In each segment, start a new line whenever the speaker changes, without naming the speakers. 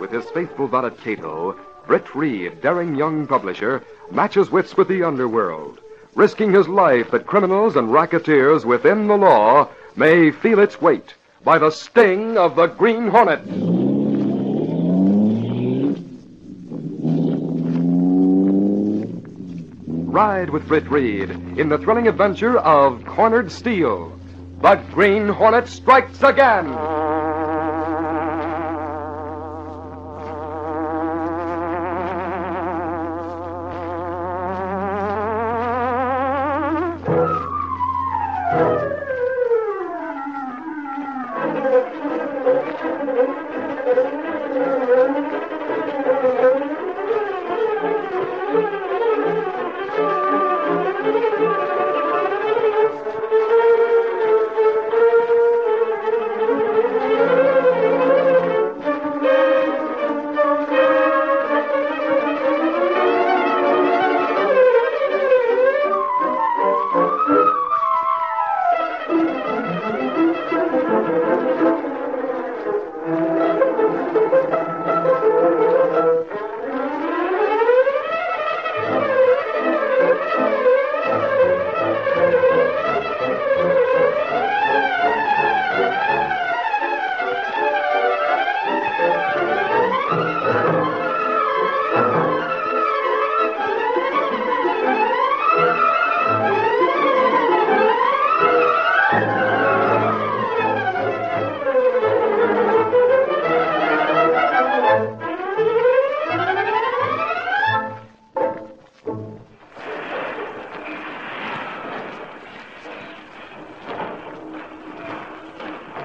With his faithful valet Cato, Britt Reed, daring young publisher, matches wits with the underworld, risking his life that criminals and racketeers within the law may feel its weight by the sting of the Green Hornet. Ride with Britt Reed in the thrilling adventure of Cornered Steel. The Green Hornet strikes again.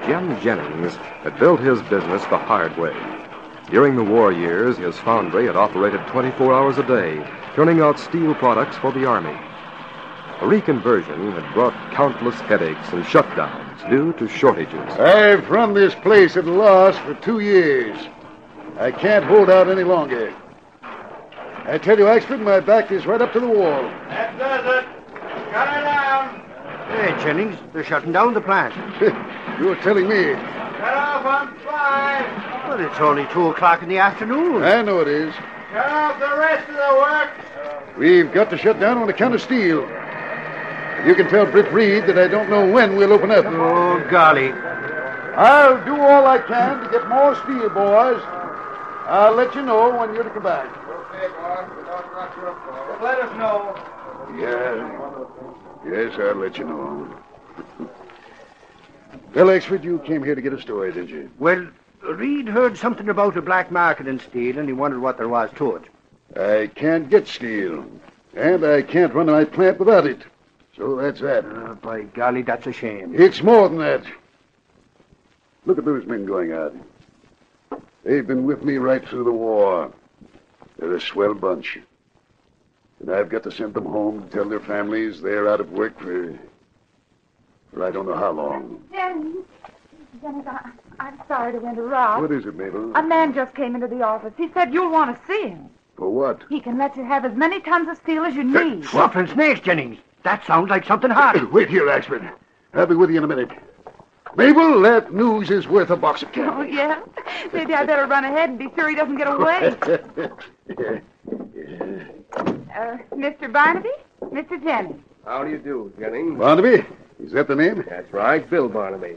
Jim Jennings had built his business the hard way. During the war years, his foundry had operated 24 hours a day, turning out steel products for the Army. A reconversion had brought countless headaches and shutdowns due to shortages.
I've run this place at a loss for two years. I can't hold out any longer. I tell you, Axford, my back is right up to the wall.
That does it. Cut her down.
Hey, Jennings, they're shutting down the plant.
You're telling me.
Cut off on five.
But it's only two o'clock in the afternoon.
I know it is.
Cut off the rest of the work.
We've got to shut down on account of steel. You can tell Britt Reed that I don't know when we'll open up.
Oh, golly.
I'll do all I can to get more steel, boys. I'll let you know when you're to come back.
Okay, boss. Don't rock your boat. Let us know.
Yeah. Yes, I'll let you know. Well, Axford, you came here to get a story, didn't you?
Well, Reed heard something about a black market in steel, and he wondered what there was to it.
I can't get steel, and I can't run my plant without it. So that's that.
Uh, by golly, that's a shame.
It's more than that. Look at those men going out. They've been with me right through the war. They're a swell bunch. And I've got to send them home to tell their families they're out of work for, for I don't know how long.
Dennis, Dennis, I, I'm sorry to interrupt.
What is it, Mabel?
A man just came into the office. He said you'll want to see him.
For what?
He can let you have as many tons of steel as you need.
Sufferin' snakes, Jennings. That sounds like something hard.
Wait here, Axford. I'll be with you in a minute. Mabel, that news is worth a box of
Oh,
candy.
yeah? Maybe I better run ahead and be sure he doesn't get away. Uh, Mr. Barnaby? Mr. Jennings?
How do you do, Jennings?
Barnaby, is that the name?
That's right, Bill Barnaby.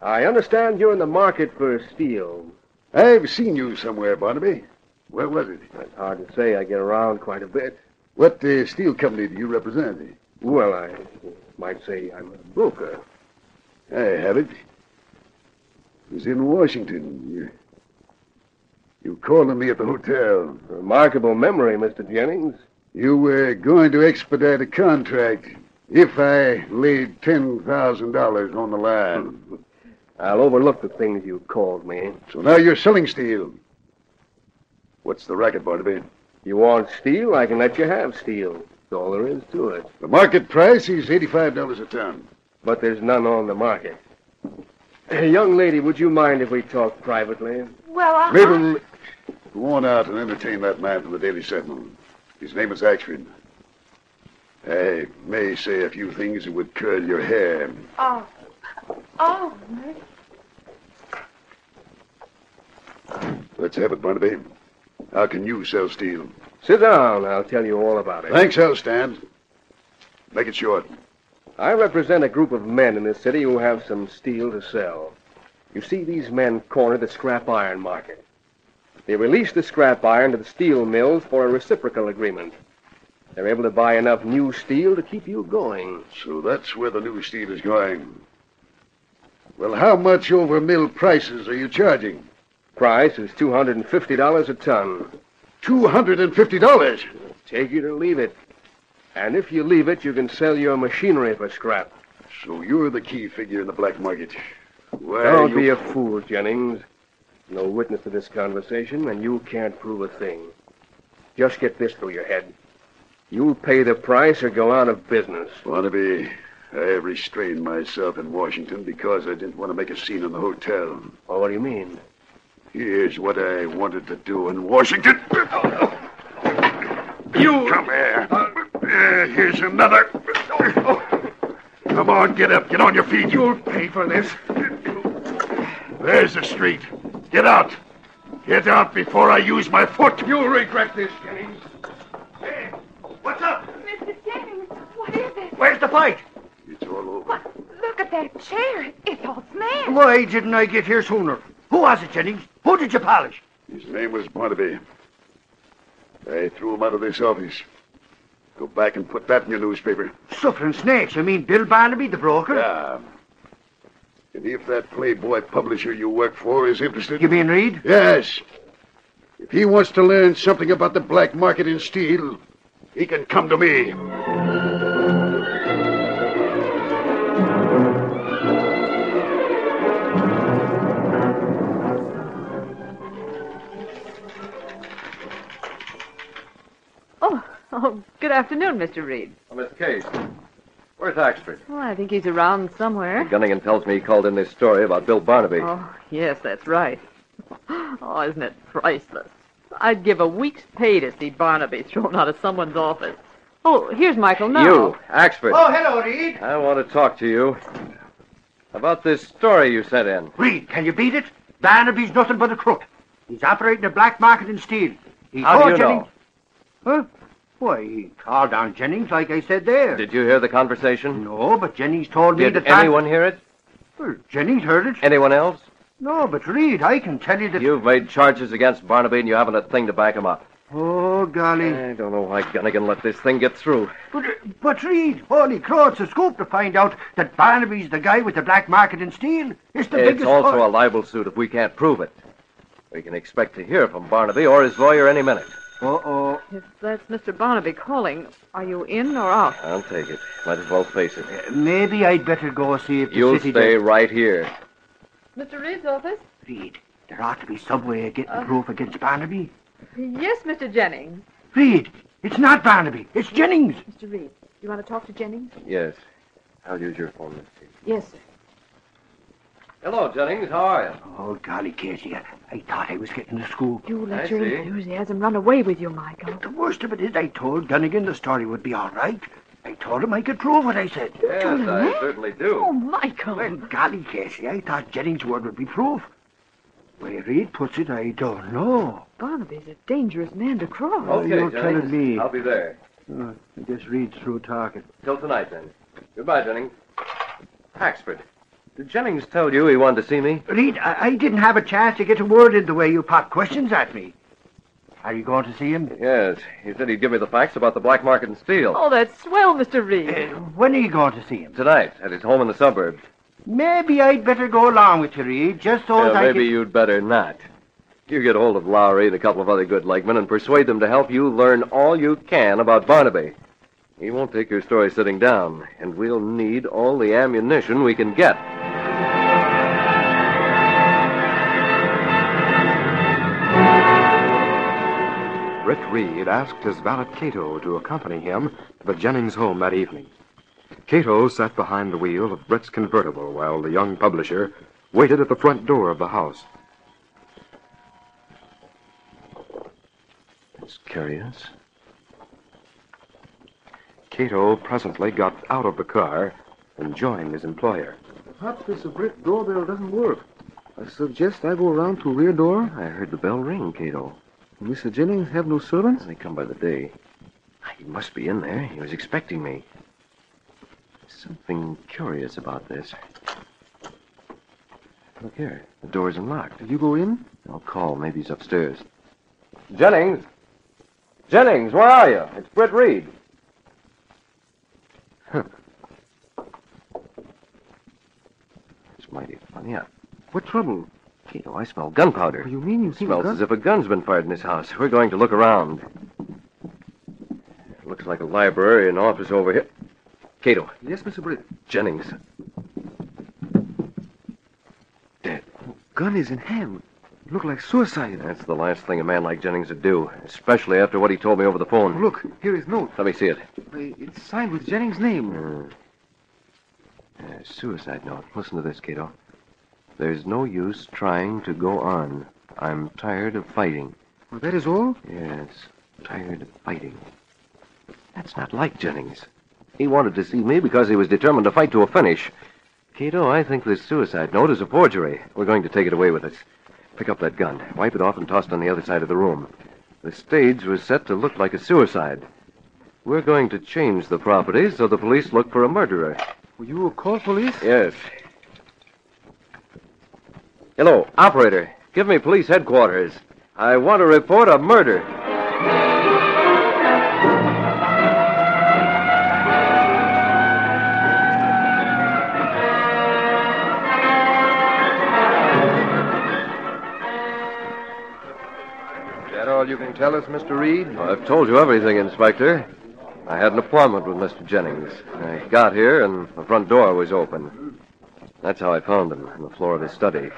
I understand you're in the market for steel.
I've seen you somewhere, Barnaby. Where was it?
It's hard to say. I get around quite a bit.
What uh, steel company do you represent?
Well, I might say I'm a broker.
I have it. It was in Washington. You, you called on me at the hotel.
Remarkable memory, Mr. Jennings.
You were going to expedite a contract if I laid $10,000 on the line.
I'll overlook the things you called me.
So now you're selling steel. What's the racket, Barnaby?
You want steel? I can let you have steel. That's all there is to it.
The market price is $85 a ton.
But there's none on the market. Young lady, would you mind if we talked privately?
Well, uh, I...
Mabel, go on out and entertain that man from the Daily Sentinel. His name is Axford. I may say a few things that would curl your hair.
Oh. Oh, Mercy.
Let's have it, Barnaby. How can you sell steel?
Sit down. I'll tell you all about it.
Thanks, I'll stand. Make it short.
I represent a group of men in this city who have some steel to sell. You see, these men corner the scrap iron market. They release the scrap iron to the steel mills for a reciprocal agreement. They're able to buy enough new steel to keep you going.
So that's where the new steel is going. Well, how much over mill prices are you charging?
Price is $250 a ton.
$250.
Take it or leave it. And if you leave it, you can sell your machinery for scrap.
So you're the key figure in the black market. Why
Don't
you-
be a fool, Jennings. No witness to this conversation, and you can't prove a thing. Just get this through your head. You'll pay the price or go out of business.
Barnaby, I restrained myself in Washington because I didn't want to make a scene in the hotel.
Well, what do you mean?
Here's what I wanted to do in Washington. You come here. Uh, here's another. Come on, get up, get on your feet. You'll pay for this. There's the street. Get out. Get out before I use my foot. You'll regret this, Jennings. Hey, what's up?
Mr. Jennings, what is it?
Where's the fight?
It's all over.
What? Look at that chair. It's all smashed.
Why didn't I get here sooner? Who was it, Jennings? Who did you polish?
His name was Barnaby. I threw him out of this office. Go back and put that in your newspaper.
Suffering snakes. I mean, Bill Barnaby, the broker.
Yeah. And if that Playboy publisher you work for is interested.
You mean Reed?
Yes. If he wants to learn something about the black market in steel, he can come to me.
Oh, oh, good afternoon, Mr. Reed.
Miss Case, where's Axford?
Well, I think he's around somewhere.
Gunnigan tells me he called in this story about Bill Barnaby.
Oh, yes, that's right. Oh, isn't it priceless? I'd give a week's pay to see Barnaby thrown out of someone's office. Oh, here's Michael now.
You, Axford.
Oh, hello, Reed.
I want to talk to you about this story you sent in.
Reed, can you beat it? Barnaby's nothing but a crook. He's operating a black market in steel. He
How do
called
you
Jennings.
know?
Huh? Why, he called on Jennings, like I said there.
Did you hear the conversation?
No, but Jennings told me
Did
that Bar-
anyone hear it?
Well, Jennings heard it.
Anyone else?
No, but Reed, I can tell you that.
You've made charges against Barnaby and you haven't a thing to back him up.
Oh, golly.
I don't know why Gunnigan let this thing get through.
But, but Reed, holy crow, it's a scoop to find out that Barnaby's the guy with the black market in steel. It's the
It's
biggest.
also a
fraud.
libel suit if we can't prove it. We can expect to hear from Barnaby or his lawyer any minute.
Uh-oh.
If that's Mr. Barnaby calling, are you in or out?
I'll take it. Might as well face it.
Maybe I'd better go see if the
You'll
city
stay
does-
right here.
Mr. Reed's office?
Reed, there ought to be some way of getting proof against Barnaby.
Yes, Mr. Jennings.
Reed, it's not Barnaby. It's Jennings.
Mr. Reed, you want to talk to Jennings?
Yes. I'll use your phone, Miss Case.
Yes, sir.
Hello, Jennings. How are you?
Oh, golly, Casey, I, I thought I was getting the scoop.
You let
I
your
see.
enthusiasm run away with you, Michael.
The worst of it is I told Gunnigan the story would be all right. I told him I could prove what I said.
Yes, I certainly do.
Oh, Michael.
Well, golly, Casey, I thought Jennings' word would be proof. Where Reed puts it, I don't know.
Barnaby's a dangerous man to cross.
Oh,
okay,
you're
Jennings.
telling me.
I'll be there.
Uh, I guess Reed's through talking.
Till tonight, then. Goodbye, Jennings. Axford, did Jennings tell you he wanted to see me?
Reed, I, I didn't have a chance to get a word in the way you popped questions at me. Are you going to see him?
Yes. He said he'd give me the facts about the black market and steel.
Oh, that's swell, Mr. Reed.
Uh, when are you going to see him?
Tonight, at his home in the suburbs.
Maybe I'd better go along with Oh, you, Reed, just so
Yeah,
as I
maybe
can...
you'd better not.
You get hold of Lowry and a couple of other good legmen and persuade them to help you learn all you can about Barnaby. He won't take your story sitting down, and we'll need all the ammunition we can get.
Rick Reed asked his valet Cato to accompany him to the Jennings home that evening. Cato sat behind the wheel of Brett's convertible while the young publisher waited at the front door of the house.
It's curious.
Cato presently got out of the car and joined his employer.
Perhaps this brick doorbell doesn't work. I suggest I go around to rear door.
I heard the bell ring, Cato.
Mr. Jennings have no servants?
They come by the day. Ah, He must be in there. He was expecting me. Something curious about this. Look here. The door's unlocked.
You go in?
I'll call. Maybe he's upstairs. Jennings! Jennings, where are you? It's Britt Reed. Huh. It's mighty funny. Yeah.
What trouble?
Kato, oh, I smell gunpowder.
What do you mean you think
Smells
gun-
as if a gun's been fired in this house. We're going to look around. Looks like a library and office over here. Cato,
Yes, Mr. Britt.
Jennings.
Gun is in hand. Look like suicide.
That's the last thing a man like Jennings would do, especially after what he told me over the phone.
Oh, Look, here is note. Uh,
Let me see it.
It's signed with Jennings' name.
Hmm. Uh, suicide note. Listen to this, Cato. There's no use trying to go on. I'm tired of fighting.
Well, that is all?
Yes, tired of fighting. That's not like Jennings. He wanted to see me because he was determined to fight to a finish. Cato, I think this suicide note is a forgery. We're going to take it away with us. Pick up that gun, wipe it off, and toss it on the other side of the room. The stage was set to look like a suicide. We're going to change the property so the police look for a murderer.
Will you call police?
Yes. Hello, operator. Give me police headquarters. I want to report a murder.
that all you can tell us, Mr. Reed?
I've told you everything, Inspector. I had an appointment with Mr. Jennings. I got here, and the front door was open. That's how I found him, on the floor of his study.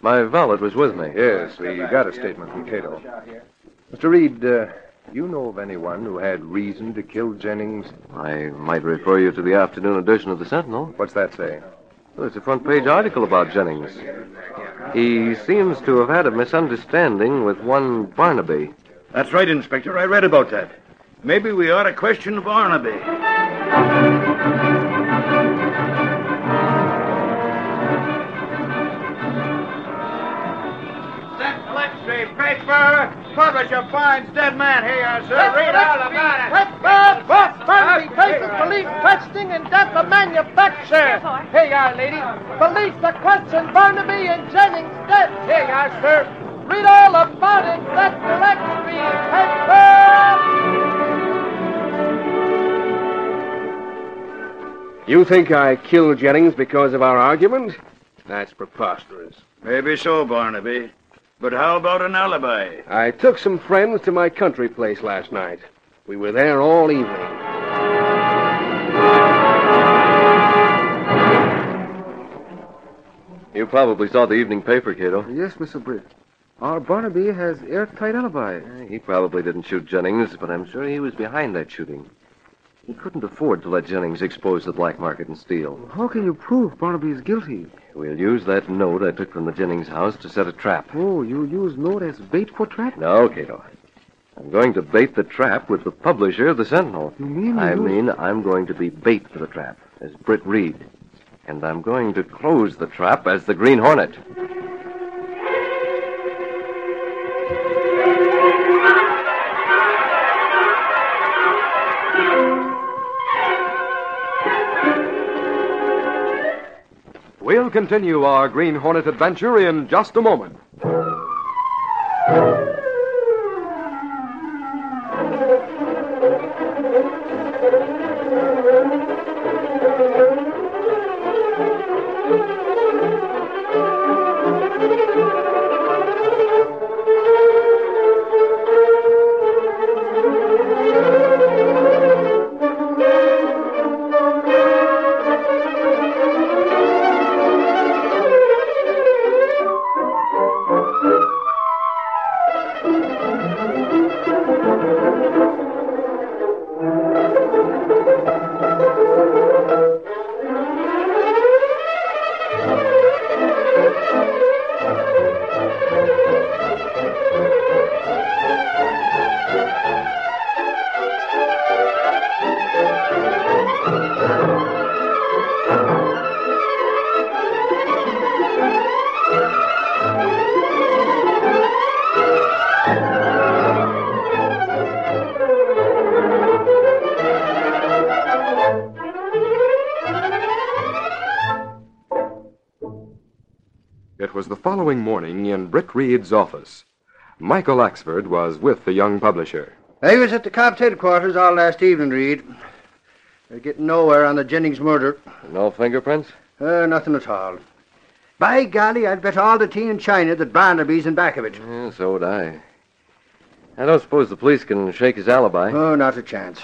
My valet was with me.
Yes, we got a statement from Cato. Mr. Reed, uh, you know of anyone who had reason to kill Jennings?
I might refer you to the afternoon edition of the Sentinel.
What's that say?
Well, It's a front page article about Jennings. He seems to have had a misunderstanding with one Barnaby.
That's right, Inspector. I read about that. Maybe we ought to question Barnaby.
Sentinel X-ray paper. Publisher finds dead man here, sir. Read all about it. Pepper, Barnaby faces police questioning and death of manufacture. Here you are, lady. Police are questioning Barnaby and Jennings dead. Here you are, sir. Read all about it. Sentinel X-ray paper.
You think I killed Jennings because of our argument? That's preposterous.
Maybe so, Barnaby. But how about an alibi?
I took some friends to my country place last night. We were there all evening.
You probably saw the evening paper, Cato.
Yes, Mr. Britt. Our Barnaby has airtight alibi.
Eh, He probably didn't shoot Jennings, but I'm sure he was behind that shooting. He couldn't afford to let Jennings expose the black market and steal.
How can you prove Barnaby is guilty?
We'll use that note I took from the Jennings house to set a trap.
Oh, you use note as bait for trap?
No, Cato. I'm going to bait the trap with the publisher of the Sentinel.
You mean you
I
use-
mean, I'm going to be bait for the trap as Britt Reed. And I'm going to close the trap as the Green Hornet.
We'll continue our Green Hornet adventure in just a moment.
was the following morning in Britt Reed's office. Michael Axford was with the young publisher.
I was at the cops' headquarters all last evening, Reed. They're getting nowhere on the Jennings murder.
No fingerprints?
Uh, nothing at all. By golly, I'd bet all the tea in China that Barnaby's in back of it.
Mm-hmm.
Yeah, so would I. I don't suppose the police can shake his alibi.
Oh, not a chance.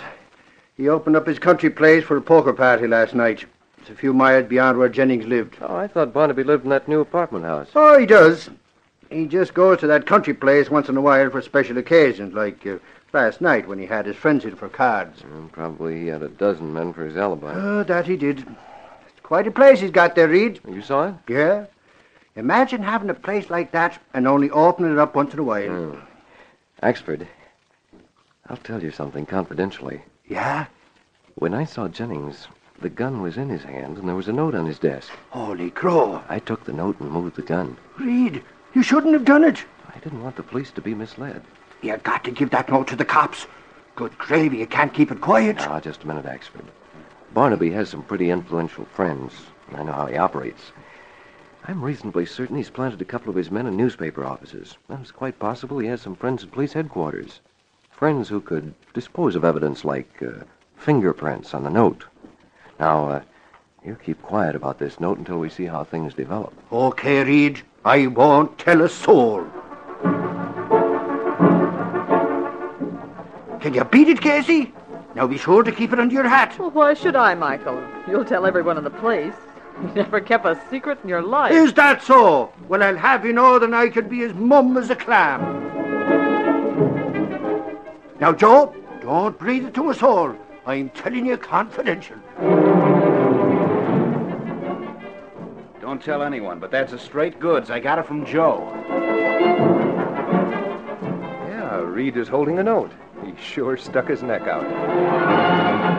He opened up his country place for a poker party last night. It's a few miles beyond where Jennings lived.
Oh, I thought Barnaby lived in that new apartment house.
Oh, he does. He just goes to that country place once in a while for special occasions, like uh, last night when he had his friends in for cards.
Mm-hmm.
Mm, Probably he had a dozen men for his alibi.
Oh, that he did. It's quite a place he's got there, Reed.
You saw it?
Yeah. Imagine having a place like that and only opening it up once in a while.
Axford, I'll tell you something confidentially.
Yeah?
When I saw Jennings, the gun was in his hand and there was a note on his desk.
Holy crow.
I took the note and moved the gun.
Reed, you shouldn't have done it.
I didn't want the police to be misled.
You got to give that note to the cops. Good gravy, you can't keep it quiet.
Ah, just a minute, Axford. Barnaby has some pretty influential friends. and I know how he operates. I'm reasonably certain he's planted a couple of his men in newspaper offices. And it's quite possible he has some friends at police headquarters. Friends who could dispose of evidence like uh, fingerprints on the note. Now, uh, you keep quiet about this note until we see how things develop.
Okay, Reed, I won't tell a soul. Can you beat it, Casey? Now be sure to keep it under your hat.
Well, Oh, why should I, Michael? You'll tell everyone in the place. You never kept a secret in your life.
Is that so? Well, I'll have you know that I can be as mum as a clam. Now, Joe, don't breathe it to us all. I'm telling you confidential.
Don't tell anyone, but that's a straight goods. I got it from Joe.
Yeah, Reed is holding a note. He sure stuck his neck out.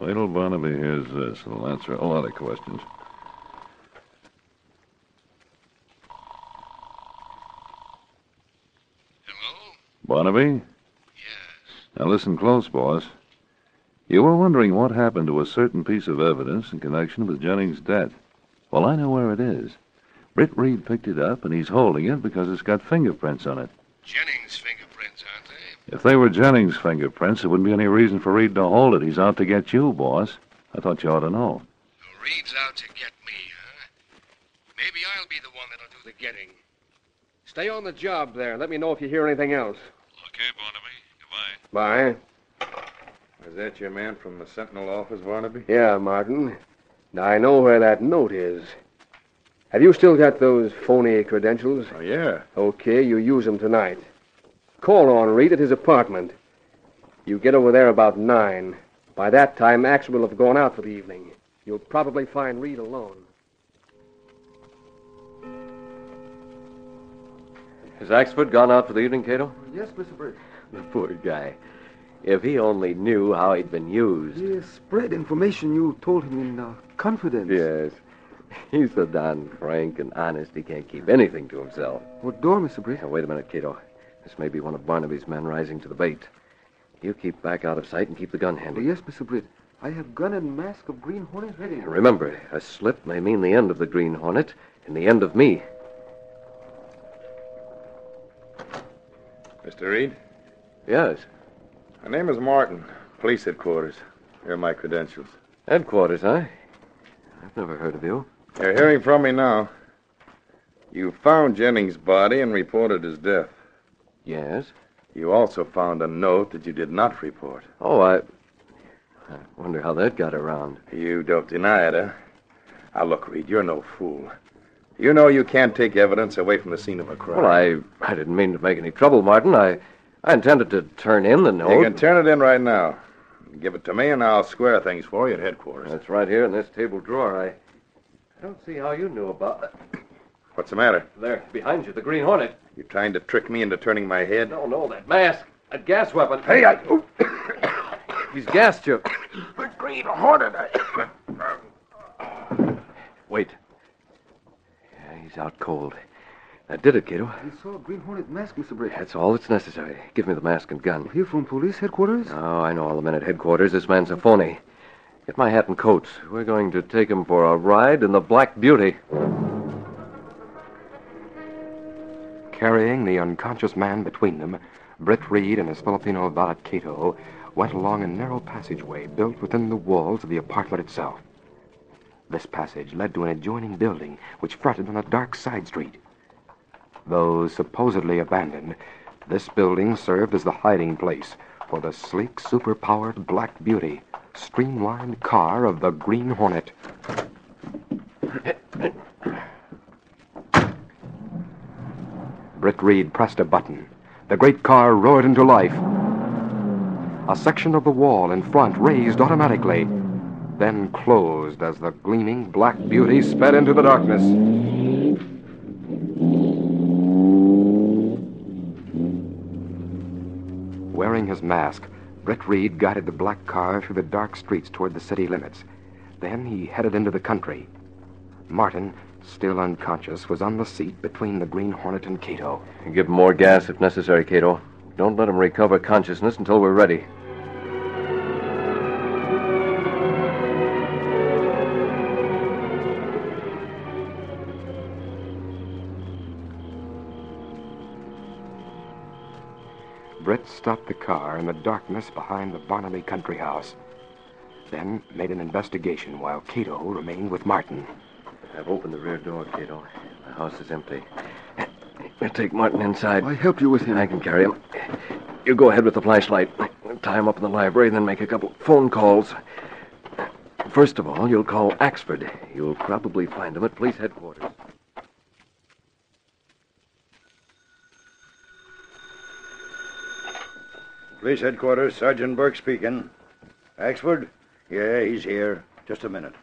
Little Barnaby hears this. He'll answer a lot of questions. Barnaby? Yes. Now listen close, boss. You were wondering what happened to a certain piece of evidence in connection with Jennings' death. Well, I know where it is. Britt Reed picked it up, and he's holding it because it's got fingerprints on it.
Jennings' fingerprints, aren't they?
If they were Jennings' fingerprints, there wouldn't be any reason for Reed to hold it. He's out to get you, boss. I thought you ought to know.
Reed's out to get me, huh? Maybe I'll be the one that'll do the getting.
Stay on the job there. Let me know if you hear anything else.
Okay, Barnaby.
Bye.
Is that your man from the Sentinel office, Barnaby?
Yeah, Martin. Now I know where that note is. Have you still got those phony credentials?
Oh, yeah.
Okay, you use them tonight. Call on Reed at his apartment. You get over there about nine. By that time, Ax will have gone out for the evening. You'll probably find Reed alone.
Has Axford gone out for the evening, Cato?
Yes, Mr. Britt.
The poor guy. If he only knew how he'd been used.
He spread information you told him in uh, confidence.
Yes. He's so darn frank and honest he can't keep anything to himself.
What door, Mr. Britt?
Now, wait a minute, Cato. This may be one of Barnaby's men rising to the bait. You keep back out of sight and keep the gun handy.
yes, Mr. Britt. I have gun and mask of Green Hornet ready.
And remember, a slip may mean the end of the Green Hornet and the end of me.
Mr. Reed?
Yes.
My name is Martin, police headquarters. Here are my credentials.
Headquarters, huh? I've never heard of you.
You're hearing from me now. You found Jennings' body and reported his death.
Yes.
You also found a note that you did not report.
Oh, I. I wonder how that got around.
You don't deny it, huh? Now, look, Reed, you're no fool. You know you can't take evidence away from the scene of a crime.
Well, I, I didn't mean to make any trouble, Martin. I, I intended to turn in the note.
You can turn it in right now. Give it to me, and I'll square things for you at headquarters.
That's right here in this table drawer. I, I don't see how you knew about that.
What's the matter?
There, behind you, the Green Hornet.
You trying to trick me into turning my head?
No, no, that mask, that gas weapon.
Hey, I. Oh,
He's gassed you.
the Green Hornet.
Wait. Yeah, he's out cold. That did it, Cato.
You saw a Green Hornet mask, Mr. Brady.
That's all that's necessary. Give me the mask and gun.
Here from police headquarters?
Oh, I know all the men at headquarters. This man's a phony. Get my hat and coat. We're going to take him for a ride in the Black Beauty.
Carrying the unconscious man between them, Britt Reed and his Filipino valet Cato went along a narrow passageway built within the walls of the apartment itself. This passage led to an adjoining building which fronted on a dark side street. Though supposedly abandoned, this building served as the hiding place for the sleek, superpowered Black Beauty, streamlined car of the Green Hornet. Britt Reed pressed a button. The great car roared into life. A section of the wall in front raised automatically, then closed as the gleaming black beauty sped into the darkness. Wearing his mask, Brett Reed guided the black car through the dark streets toward the city limits. Then he headed into the country. Martin, still unconscious, was on the seat between the Green Hornet and Cato.
Give him more gas if necessary, Cato. Don't let him recover consciousness until we're ready.
Brett stopped the car in the darkness behind the Barnaby Country House, then made an investigation while Cato remained with Martin.
I've opened the rear door, Cato. The house is empty. We'll take Martin inside.
I helped you with him.
I can carry him. You go ahead with the flashlight. Tie him up in the library, then make a couple phone calls. First of all, you'll call Axford. You'll probably find him at police headquarters.
Police headquarters, Sergeant Burke speaking. Axford? Yeah, he's here. Just a minute.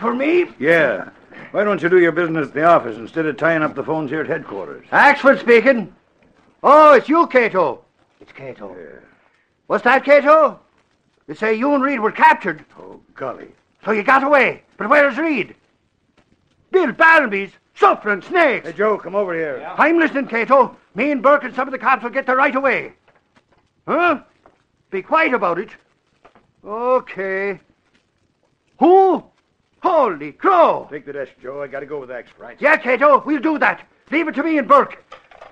For me?
Yeah. Why don't you do your business at the office instead of tying up the phones here at headquarters?
Axford speaking. Oh, it's you, Cato. It's Cato. What's that, Cato? They say you and Reed were captured.
Oh, golly.
So you got away. But where's Reed? Bill Barnaby's suffering snakes.
Hey, Joe, come over here.
I'm listening, Cato. Me and Burke and some of the cops will get there right away. Huh? Be quiet about it. Okay. Who? Holy crow!
Take the desk, Joe. I gotta go with Axford. Right.
Yeah, Cato, we'll do that. Leave it to me and Burke.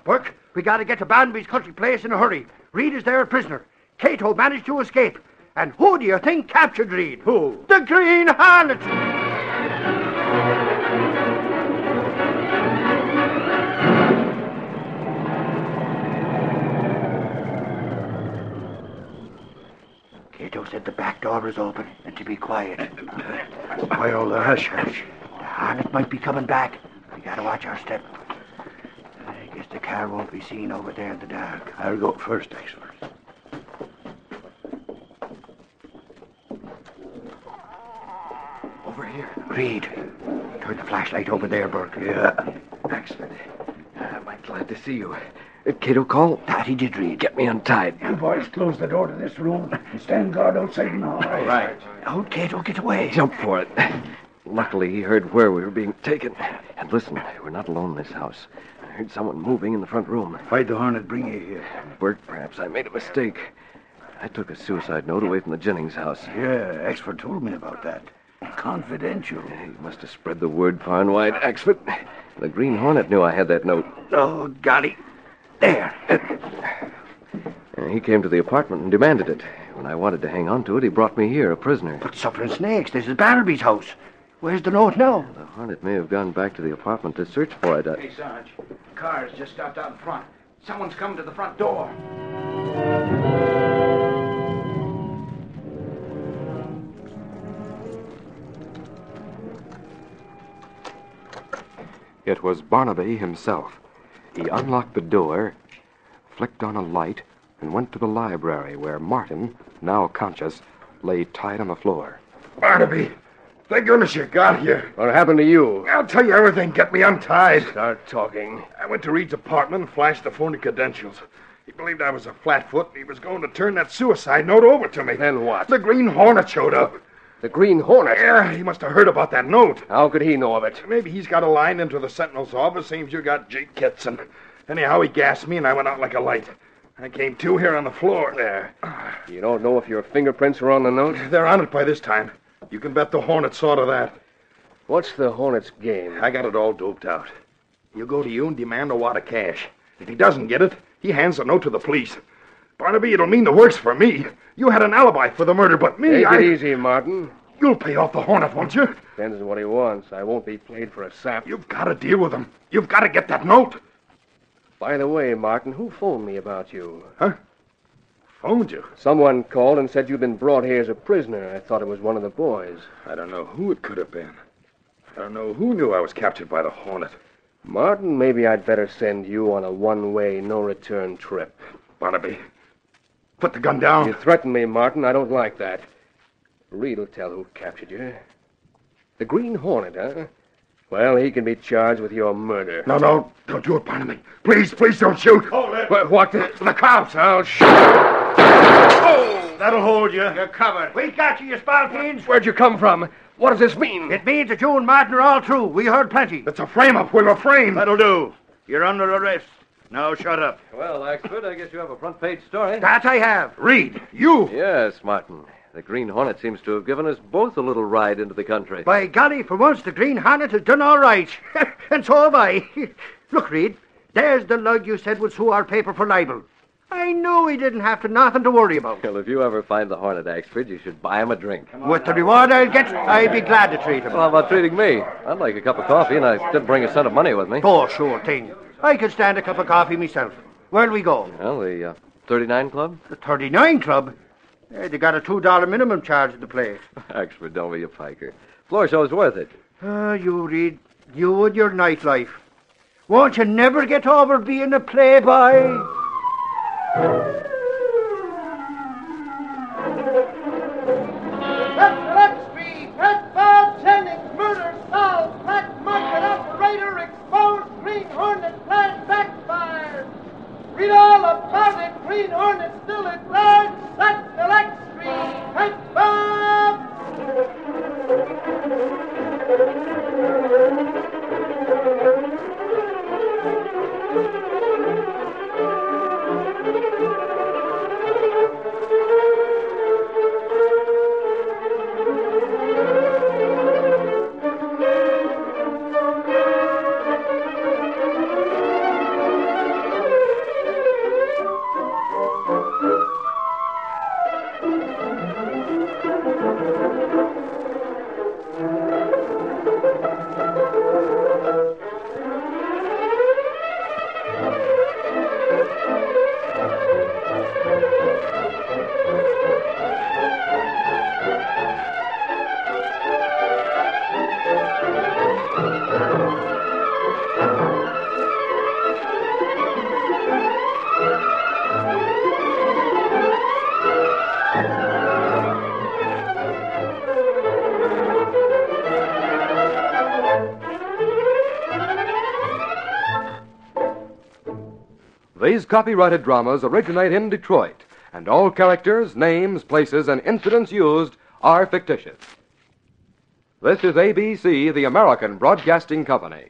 Burke, we gotta get to Barnaby's country place in a hurry. Reed is there a prisoner. Cato managed to escape. And who do you think captured Reed?
Who?
The Green Harlot! Cato said the back door was open and to be quiet.
Why all the hush hush?
The harness might be coming back. We gotta watch our step. I guess the car won't be seen over there in the dark.
I'll go first, Axford.
Over here. Reed. Turn the flashlight over there, Burke.
Yeah.
Axford,
Uh,
am I glad to see you? Cato, call. That he did read. Get me untied.
You boys close the door to this room and stand guard outside now.
All right.
Old Cato, get away.
Jump for it. Luckily, he heard where we were being taken. And listen, we're not alone in this house. I heard someone moving in the front room.
Why'd the hornet bring you here?
Burke, perhaps I made a mistake. I took a suicide note away from the Jennings house.
Yeah, Axford told me about that. Confidential.
He must have spread the word far and wide, Axford. The Green Hornet knew I had that note.
Oh, golly. There.
Uh, He came to the apartment and demanded it. When I wanted to hang on to it, he brought me here, a prisoner.
But suffering snakes, this is Barnaby's house. Where's the note now?
The Hornet may have gone back to the apartment to search for it. I-
Hey, Sarge. Car's just stopped out in front. Someone's come to the front door.
It was Barnaby himself. He unlocked the door, flicked on a light, and went to the library where Martin, now conscious, lay tied on the floor.
Barnaby, thank goodness you got here.
What happened to you?
I'll tell you everything. Get me untied.
Start talking.
I went to Reed's apartment and flashed the phony credentials. He believed I was a flatfoot and he was going to turn that suicide note over to me.
Then what?
The Green Hornet showed up.
The Green Hornet.
Yeah, he must have heard about that note.
How could he know of it?
Maybe he's got a line into the Sentinel's office, same as you got Jake Kitson. Anyhow, he gassed me and I went out like a light. I came to here on the floor. There.
You don't know if your fingerprints were on the note?
They're on it by this time. You can bet the Hornet saw to that.
What's the Hornet's game?
I got it all doped out. He'll go to you and demand a wad of cash. If he doesn't get it, he hands the note to the police. Barnaby, it'll mean the worst for me. You had an alibi for the murder, but me,
Take
I.
it easy, Martin.
You'll pay off the Hornet, won't you?
Depends on what he wants. I won't be played for a sap.
You've got to deal with him. You've got to get that note.
By the way, Martin, who phoned me about you?
Huh? Phoned you?
Someone called and said you'd been brought here as a prisoner. I thought it was one of the boys.
I don't know who it could have been. I don't know who knew I was captured by the Hornet.
Martin, maybe I'd better send you on a one way, no return trip.
Barnaby, put the gun down.
You threaten me, Martin. I don't like that. Reed'll tell who captured you. The Green Hornet, huh? Well, he can be charged with your murder.
No, no, don't do it, Barnaby. Please, please don't shoot.
Hold it. What? what the,
the cops. I'll shoot.
Oh,
that'll hold you.
You're covered.
We got you, you spalpeens.
Where'd you come from? What does this mean?
It means that you and Martin are all true. We heard plenty.
That's a frame-up. We were framed.
That'll do. You're under arrest. Now shut up.
Well, Axford, I guess you have a front page story.
That I have.
Reed, you.
Yes, Martin. The Green Hornet seems to have given us both a little ride into the country.
By golly, for once the Green Hornet has done all right. and so have I. Look, Reed, there's the lug you said would sue our paper for libel. I knew he didn't have to nothing to worry about.
Well, if you ever find the Hornet, Axford, you should buy him a drink.
With the reward I'll get, I'd be glad to treat him.
Well, about treating me? I'd like a cup of coffee, and I did bring a cent of money with me.
Oh, sure thing. I could stand a cup of coffee myself. Where'll we go?
Well, the uh, 39 Club?
The 39 Club? Hey, they got a $2 minimum charge at the place.
Axford, don't be a piker. Floor show's worth it.
Ah, you, Reed. You and your nightlife. Won't you never get over being a playboy?
These copyrighted dramas originate in Detroit, and all characters, names, places, and incidents used are fictitious. This is ABC, the American Broadcasting Company.